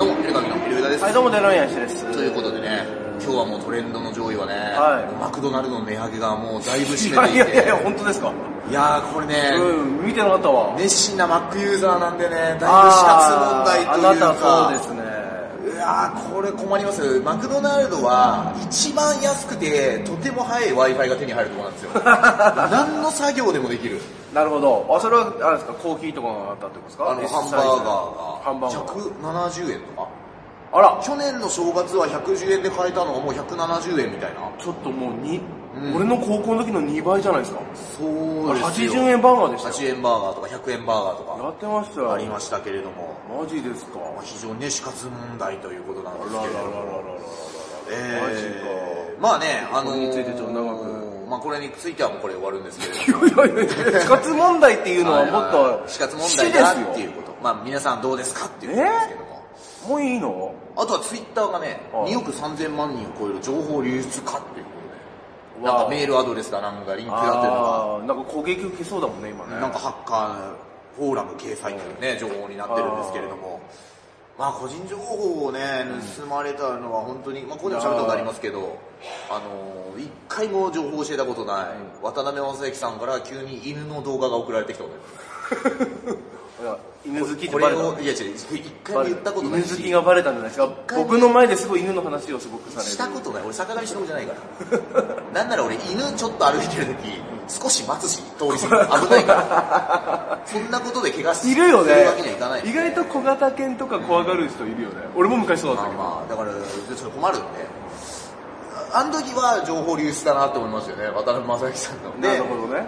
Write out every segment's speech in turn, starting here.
です、はい、どうもデロリアン氏です。ということでね、今日はもうトレンドの上位はね、はいマクドナルドの値上げがもうだいぶい占やめいていやて、いやいや、本当ですか。いやーこれね、うん、見てなかったわ。熱心なマックユーザーなんでね、だいぶ死あ活問題とーいうか、あなたそうですね。いやーこれ困りますよマクドナルドは一番安くてとても早い w i f i が手に入るところなんです よ何の作業でもできるなるほど。あ、それは、あれですか、コーヒーとかがあったってことですあかのハンバーハンバガーガーーが170円とかが。あら、去年の正月は110円で買えたのがもう170円みたいなちょっともうに、うん俺の高校の時の2倍じゃないですか。そうですよ80円バーガーでしたよ。 80円バーガーとか100円バーガーとやかってましたあよ。りましたけれどもマジですか。まあ非常にね死活問題ということなんあでらすららけれどらららもららマジか。えーまあね、あのーこれについてちょっと長くまあこれについてはもうこれで終わるんですけれどもいやいやいや、死活問題っていうのははいもはっいと、死活問題だ死でってすいようこと。まあ皆さんどうですかっていうことですけども。もういいのあとはツイッターがね、はい2億3000万人を超える情報流出化っていうことで、わあなんかメールアドレスだなんかリンクだっていうのが、あーなんか攻撃受けそうだもんね、今ね。なんかハッカーフォーラム掲載というね、情報になってるんですけれども、まあ個人情報をね、盗まれたのは本当に、まあここでも喋ったことありますけど、あのー、一回も情報を教えたことない、渡辺正行さんから急に犬の動画が送られてきたことです。いや犬好きってこれバレたをいや違う一回も言ったことない犬好しきがバレたんじゃないですか回も僕の前ですごい犬の話をすごくされるしたことない俺坂上忍じゃないから なんなら俺犬ちょっと歩いてる時少し待つし通り過ぎる危ないから そんなことで怪我すいるよねするわけにはいかない意外と小型犬とか怖がる人いるよね俺も昔そうだっまたあまあだけどからちょっと困るんでああの時は情報流出だなと思いましたよね渡辺正行さんのなでるほどね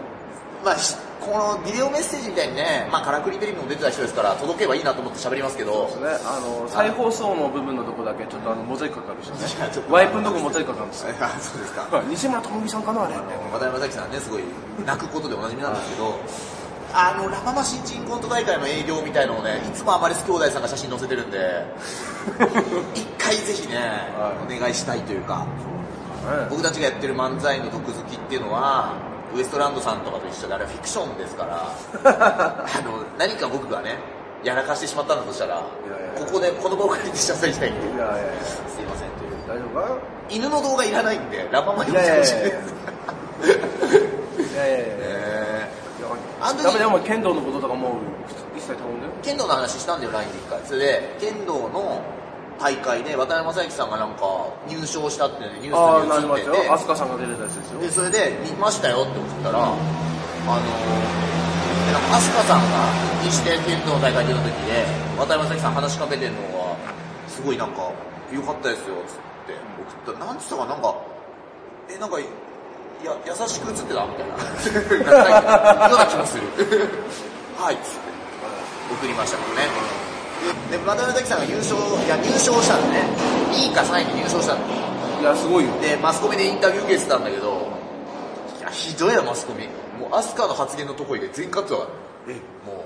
まあしこのビデオメッセージみたいにね、まあ、からくりテレビも出てた人ですから届けばいいなと思って喋りますけどねあの再放送の部分のとこだけちょっとあのモザイクかかる人ねいやちょっとワイプのとこモザイクかかるんですよあそうですかはい西村智美さんかなあれって渡辺正行さんね、すごい泣くことでおなじみなんですけど、あの、ラ・ママ新人コント大会の営業みたいのをね、いつもアマレス兄弟さんが写真載せてるん で、一回ぜひね、はお願いしたいというか、ね僕たちがやってる漫才の特好きっていうのは、ウエストランドさんとかと一緒で、あれはフィクションです から、あの、何か僕がね、やらかしてしまったんだとしたらいやい、やここで、この場を借りて謝罪したいんで、いやいやいやすいませんという。大丈夫か犬の動画いらないんで、ラ・ママいよろやいしくおや願いいしまやいやいやいやいやいやす。あの時ダメだよお前剣道のこととかもう一切頼んだよ 剣道の話したんだよ、LINE で一回。それで、剣道の大会で渡辺正行さんがなんか入賞したってねニュああーーなスりにま映っしたてよ飛鳥さんが出てたやつですよて、で、それで見ましたよって送ったら、あのー、でなんか飛鳥さんがにして剣道の大会出た時で、渡辺正行さん話しかけてんのが、すごいなんか、良かったですよ、つって送った。なんつったかなんか、え、なんか、や、優しく映ってたみたいな。ような気もする。はい、つって。送りましたからね。で、渡辺崎さんが優勝、いや、入賞したんでね、2位か3位に入賞したんで、いやすごいよで、マスコミでインタビュー受けてたんだけど、いや、ひどいな、マスコミ。もう、アスカの発言のとこ以外全カットだから。もう、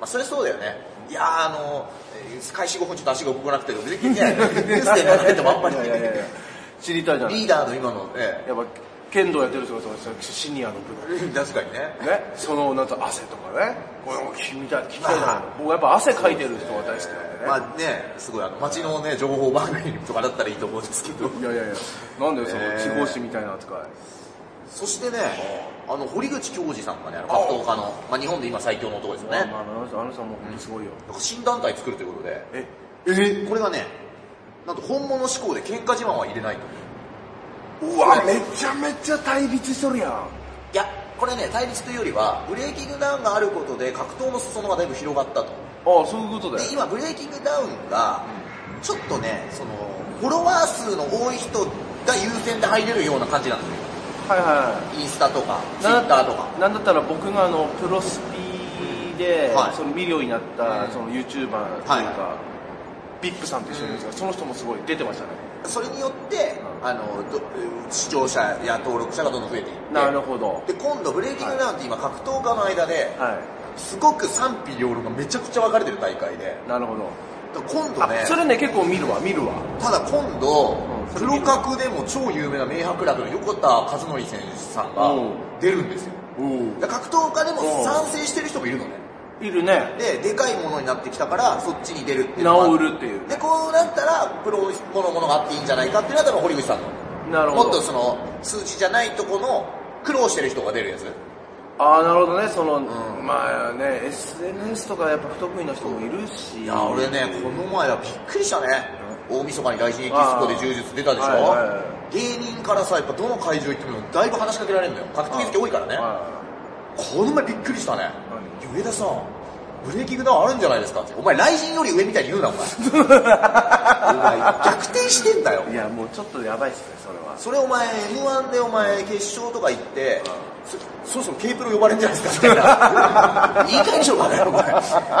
まあ、それそうだよね。いやー、あの、えー開始5分ちょっと足が動かなくて、全然聞いてない。ニュースで流れてもあんまり。いやいやいや 知りたいじゃないリーダーの今の、えやっぱ剣道やってる人がそうですよシニアの部分え確かにね。ねそのなんか汗とかねこれも聞きたい聞きたいじゃない僕やっぱ汗かいてる人が大好きなんでね、まあね、すごいあの街のね、情報番組とかだったらいいと思うんですけど。いやいやいやなんでそえのー地方紙みたいな扱い、そしてね、あの、堀口教授さんがね、あの格闘家の、まあ日本で今最強の男ですよね。まあ、あの人あの人はもう本当にすごいよ、なんか新団体作るということで、ええこれがね、なんと本物志向で喧嘩自慢は入れないと。うわめちゃめちゃ対立しとるやんいや、これね、対立というよりは、ブレーキングダウンがあることで格闘の裾野がだいぶ広がったと。ああそういうことだでよ今ブレイキングダウンがちょっとねそのフォロワー数の多い人が優先で入れるような感じなんですよはいはインスタとかいツイッターとかなんだったら僕があのプロスピで、はいその見るようになったその YouTuber というか、はいビップさんと一緒にいるんですが、その人もすごい出てましたねそれによってあのど視聴者や登録者がどんどん増えていってなるほどで今度ブレイキングダウンって今格闘家の間ではいすごく賛否両論がめちゃくちゃ分かれてる大会でだかなるほど。ら今度あ、ねそれね、結構見るわ、見るわ。ただ今度うんプロ格でも超有名な明白楽の横田和則選手さんがうん出るんですよおお。だから格闘家でも賛成してる人もいるのねえいるね。で、でかいものになってきたから、そっちに出るっていうのが治るっていう。で、こうなったら、プロこのものがあっていいんじゃないかっていうのは多分堀口さんの。なるほもっとど。その、数字じゃないとこの、苦労してる人が出るやつ。ああ、なるほどね。その、んまあね、SNS とかやっぱ不得意な人もいるし。いや、俺ね、この前はびっくりしたね。大晦日に大臣エキスポで柔術出たでしょ、はいはいは芸人からさ、やっぱどの会場行ってもだいぶ話しかけられるんだよ。格闘技好き多いからね。はこの前びっくりしたね。上田さん、ブレーキングダウンあるんじゃないですかって。お前、雷神より上みたいに言うな、お 前。お前、逆転してんだよい。いや、もうちょっとやばいっすね、それは。それお前、M1 でお前、決勝とか行って、そそろそろ K プロ呼ばれるんじゃないですかみた いな。いい感情がね、お前。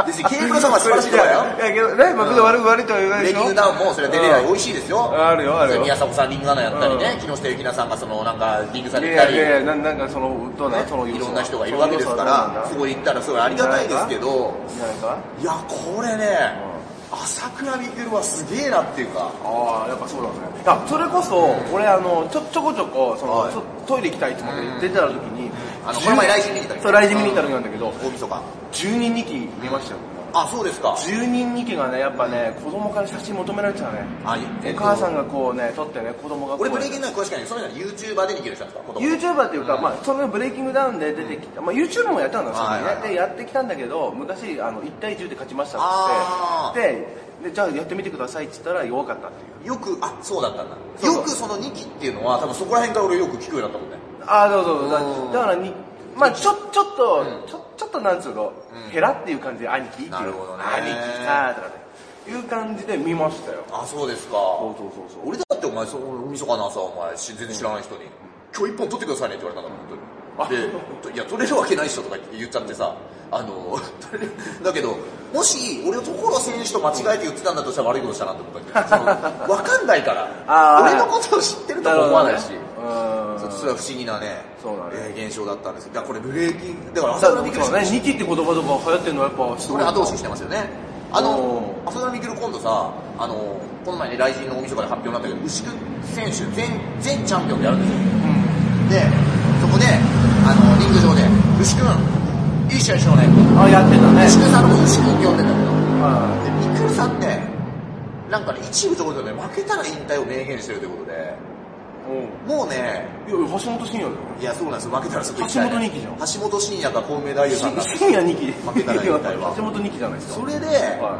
別に K プロさんは素晴らしいとかだよ。いやいやけどね、僕の悪く悪いとは言わなブいレでイキンしょグ。ダウンもそれは出れない、うん美味しいですよ。あるよあるよ宮迫さんリングアナやったりね、うん木下ゆきなさんがそのなんかリングさいれやてたいり、やいや、なんなんかその、どうなん、そのい要素ろはんな人がいるわけですから、すそのごい行ったらすごいありがたいですけど、要素はどうなんだいいんじゃないかいや、これね、朝倉未来はすげえなっていうか、ああ、やっぱそうだね。あ、それこそ、俺あの、ちょ、ちょこちょこ、そのはい、ちょトイレ行きたいって思って出てた時に、あの、この前来週見に行ったそう、ライジ見に行った時なんだけど、大晦日。 10人2期見ましたよ。あ、そうですか。 10人2期がね、やっぱね、子供から写真求められてたね。あ、えおっと母さんがこうね、撮ってね、子供がこう俺ブレイキングダウン詳しくないそれなら YouTuber で逃げる人なんですか子供 YouTuber っていうか、まあ、そのブレイキングダウンで出てきた、まあ、YouTube もやってたんだはいはいはいでやってきたんだけど昔あの1対10で勝ちましたあってででじゃあやってみてくださいって言ったら弱かったっていうよく、あ、そうだったんだ。そうそうよくその2期っていうのは、多分そこら辺から俺よく聞くようになったもんね。ああそうそうだうんだからにまあちょちょっと、ちょちょっとなんつうの、ヘラっていう感じで兄貴っていうなるほどね兄貴さーとかねいう感じで見ましたよあ、そうですか。そうそうそうそう俺だってお前、そのみそかの朝、お前、し全然知らない人に、今日一本取ってくださいねって言われたんだもん、本当に。で、いや、取れるわけないっしょとか言って言っちゃってさ、あの、取れるだけど、もし、俺の所選手と間違えて言ってたんだとしたら悪いことしたなと思ったけど、そのわかんないから あ、ー俺のことを知ってるとも思わないしう、そんそれは不思議なね、そうだえねー現象だったんですけど、だからこれブレーキング、だから朝だか倉ら未そう来ね、2期って言葉とか流行ってるのはやっぱすそごいれ後押ししてますよね。あのお、浅田未来今度さ、あの、この前ね、来人の大晦日で発表になったけど、牛久選手、全、全チャンピオンでやるんですよ。で、そこで、あの、リング上で、牛久君、いい試合しようね。あやってたね牛久さんのこと牛久って呼んでんだけど、はで、みくるさんって、なんかね、一部ところでね、負けたら引退を明言してるということで、いうんもうね、いや、橋本真也だよ。いや、そうなんですよ、負けたらすぐ引退、ね。橋本人気じゃん橋本真也かコウメ太夫さ んが。深夜2期で。負けたら引退は 橋本2期じゃないですか。それで、は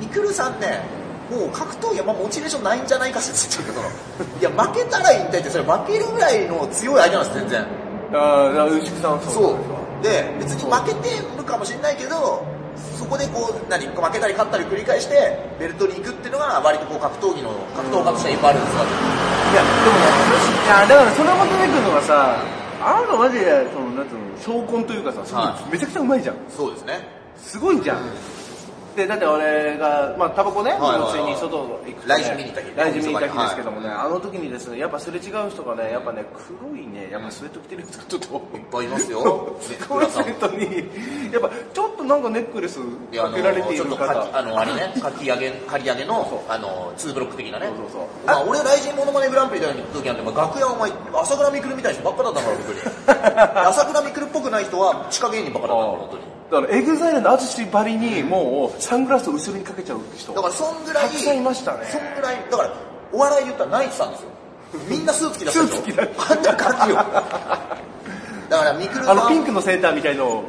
ミクルさんね、もう格闘技はまあモチベーションないんじゃないか説っていうか、そのいや、負けたら引退って、それ負けるぐらいの強い相手なんです、全然。い。ああ、だから牛久さんそそうですわ。う。で、別に負けてるかもしれないけど、そこでこう、何、負けたり勝ったり繰り返して、ベルトに行くっていうのが、割とこう格闘技の、格闘家としてはいっぱいあるんですよ。いや、でもね、私いや、だからそれも出てくるのがさ、あなたマジで、その、なんつうの、昇魂というかさ、すごいはめちゃくちゃうまいじゃん。そうですね。すごいじゃん。で、だって俺が、まあ、タバコね、はいはいついに外行くとね来週見に行った日来週見に行った日ですけどもね、あの時にですね、やっぱすれ違う人がね、やっぱね、黒いね、やっぱスウェット着てるやつがちょっと、いっぱいいます よ。ねコンセントに、やっぱちょっとなんかネックレスいやあかのけられていちょっると方。かあのあれ ね、かき上げ、刈り上げの、あの、ツーブロック的なね。そうそうそまあ、う俺、雷神モノマネグランプリだよに行った時なんて、まあ、楽屋お前、朝倉未来みたいな人ばっかだったから、本当 に。朝倉未来っぽくない人は、地下芸人ばっかだったから、本当に。だからエグザイルの淳ばりにもうサングラスを後ろにかけちゃう人。だから、そんぐらい、たくさんいましたねそんぐらい、だから、お笑い言ったらナイツさんですよ。みんなスーツ着だったでしょスーツ着だっあんな感じよ。だから、未来さあん。のピンクのセーターみたいのを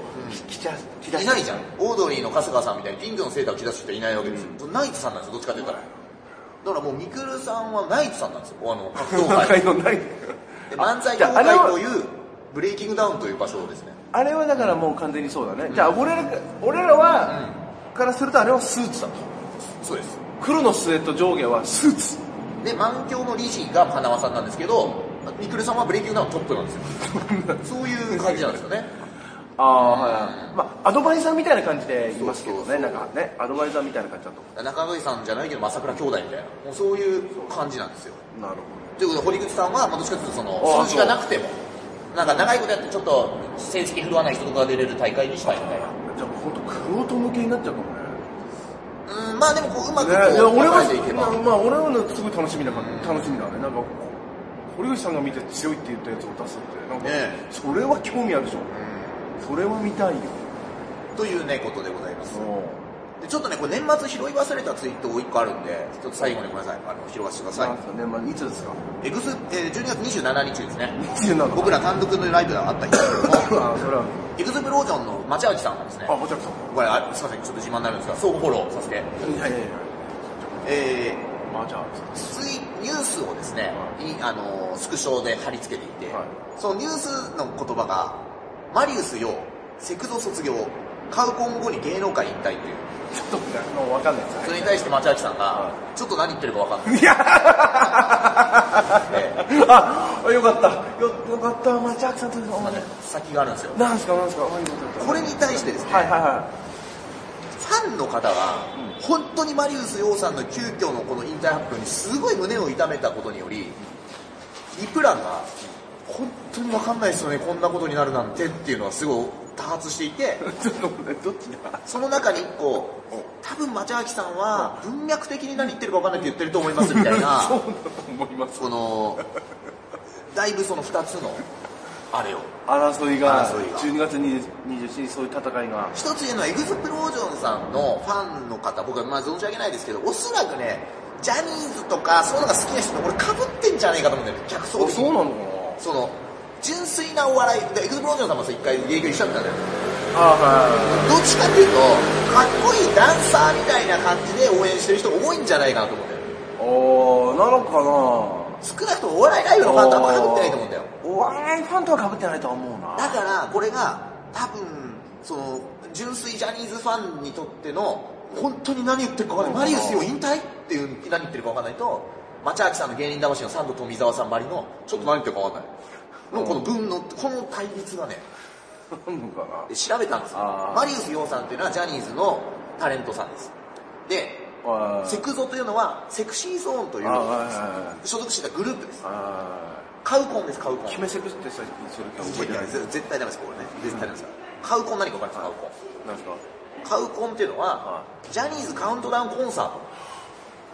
着ちゃ、着だいしないじゃん。オードリーの春日さんみたいにピンクのセーターを着だす人いないわけですよ。ナイツさんなんですよ、どっちかというと。だからもう、ミクルさんはナイツさんなんですよ、あの、格 闘若界。いのない。で漫才じ協ゃああれ会とは、いう、ブレイキングダウンという場所をですね。あれはだからもう完全にそうだね。じゃあ俺ら、俺らは、からするとあれはスーツだと。そうです。黒のスウェット上下はスーツ。で、満響の理事が花輪さんなんですけど、ミクルさんはブレイキングダウントップなんですよ。 そういう感じなんですよね。ああ、はい。まあ、アドバイザーみたいな感じでいますけどそうね。そうなそうんかね、アドバイザーみたいな感じだと。中野さんじゃないけど、朝倉兄弟みたいな。もうそういう感じなんですよ。なるほど。ということで、堀口さんは、まあ、どっちかというとそあの、あ数字がなくても、なんか長いことやって、ちょっと成績振るわない人とかが出れる大会にしたいみたいな。じゃあ本当クロート向けになっちゃうかもね。うん、まあでもこう、うまくこう、ね、いや俺は流れていけば、まあ俺はねすごい楽しみだから、楽しみだね。なんか堀口さんが見て強いって言ったやつを出すって、なんか、ねえそれは興味あるでしょ。それは見たいよ。というね、ことでございます。もでちょっとね、これ年末拾い忘れたツイートを1個あるんで、ちょっと最後にごめんなさい、あの、拾わせてくだう、さいなん。すかね、まあ、いつですかエグス、えー12月27日ですね。 27僕ら単独のライブがあった日ですけども、ああ、それは、エグズプロージョンの町内さんがですね、あ、ぼちゃくさん。これあ、すいません、ちょっと自慢になるんですが、相互フォローさせて、いやいやいや、えまあじゃあ、ー、ツイニュースをですね、いあのースクショで貼り付けていて、はいそのニュースの言葉が、マリウスよ、セクゾ卒業、カウコン後に芸能界引退っていう、ちょっと、もうわかんないですそれに対して町内さんが、はちょっと何言ってるかわかんない。いやあ、よかった。よ、よかった。まあ、ジャックさんとお前、先があるんですよ。なんすか、なんすか。あよかったよかったこれに対してですね、はいはいはファンの方は、本当にマリウス陽さんの急遽のこの引退発表にすごい胸を痛めたことにより、イプランが、本当に分かんないですよね、こんなことになるなんてっていうのはすごい多発していて、い。ちょっと待って、どっちだその中に1個、多分町明さんは文脈的に何言ってるか分かんないって言ってると思いますみたい そうな、だと思います。この、だいぶその2つの、あれを。争いが、争いが12月27日、そういう戦いが。一つ言うのは、エグゼプロージョンさんのファンの方、僕はまあ存じ上げないですけど、おそらくね、ジャニーズとか、そういうのが好きな人って俺被ってんじゃねえかと思うんだよね、客層あ的そうに。なのかその、純粋なお笑い、でエグゼプロージョンさんもさ一回営業一緒だったんだよ。なあ、はどっちかっていうと、かっこいいダンサーみたいな感じで応援してる人が多いんじゃないかなと思うんだよ。い。おー、なのかな少なくともお笑いライブのファンとは被ってないと思うんだよ。お笑いファンとは被ってないとは思うな。だから、これが、多分、その、純粋ジャニーズファンにとっての、本当に何言ってるか分かんない。マリウスよ、引退っていう、何言ってるか分かんないと、町明さんの芸人魂のサンド富澤さんばりの、ちょっと何言ってるか分かんない。の、この文の、この対立がね、なのかなで調べたんですよあ。ーマリウス洋さんっていうのはジャニーズのタレントさんです。で、あーセクゾというのは、セクシーゾーンとい、あーはいはいうはい所属してたグループです。あカウコンです、カウコンー。決めセクスってさっきそれ覚えてないです。絶対ダメです、これね。絶対ダメです。カウコン何か分かりますカウコン。なんですカかウコンっていうのはは、ジャニーズカウントダウンコンサート。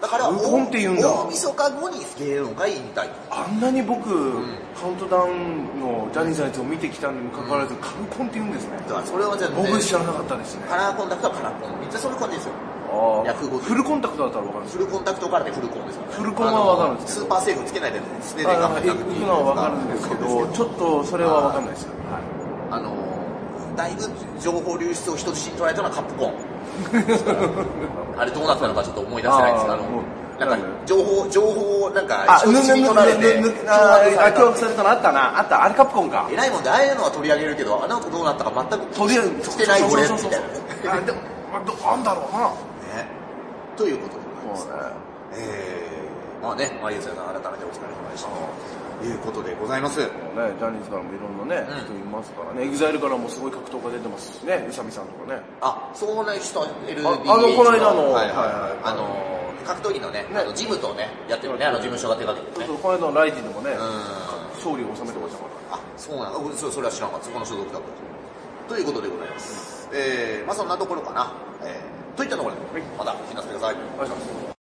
だから、カウコンって言うんだ大晦日後に芸能界引退。あんなに僕、んカウントダウンのジャニーズのやつを見てきたにもかかわらず、カブコンって言うんですね。だから、それはじゃあ、僕知らなかったですね。カラーコンタクトはカラーコン。絶対それ感じですよ。あ略語フルコンタクトだったらわかるんですフルコンタクトからでフルコンですよね。フルコンはあ分かるんでのすスーパーセーフつけないでね、素手けでど。頑あ張あっ行たくのはわかるんですけど、ちょっとそれはわかんないですよ。あの、だいぶ情報流出を人質に捉えたのはカップコン。 あれどうなったのかちょっと思い出せないんですけど、ああーもの、うなんか情報、情報をなんかあ、人ぬぬ質に取られて、脅ぬぬぬ迫さあれたあ、脅迫されたのあったな。あった。あれカプコンか。偉いもんで、ああいうのは取り上げるけど、あの子どうなったか全くとりあえず、してない俺みそうたそいうそなね。うそうあ、でも、あどあんだろうな。ということでございまそすう。ね。えー、まあね、マリウスさん改めてお疲れ様でした。ということでございます。ね、ジャニーズからもいろんなね、うん人いますからね、エグザイルからもすごい格闘家出てますしね、宇佐美さんとかね。あ、そうな人、LDH あのこの間のはいはいはいはいあはいのー、格闘技のね、あのジムとね、やってるね、あの事務所が手掛けてそうるね。そうこの間のライディでもね、うん。勝利を収めてましたあ、かそうなのそそれは知らんかった。そこの所属だった。ということでございます。えー、まあそんなところかな。えー、といったところで、また、聞かせてください。ら。お願いします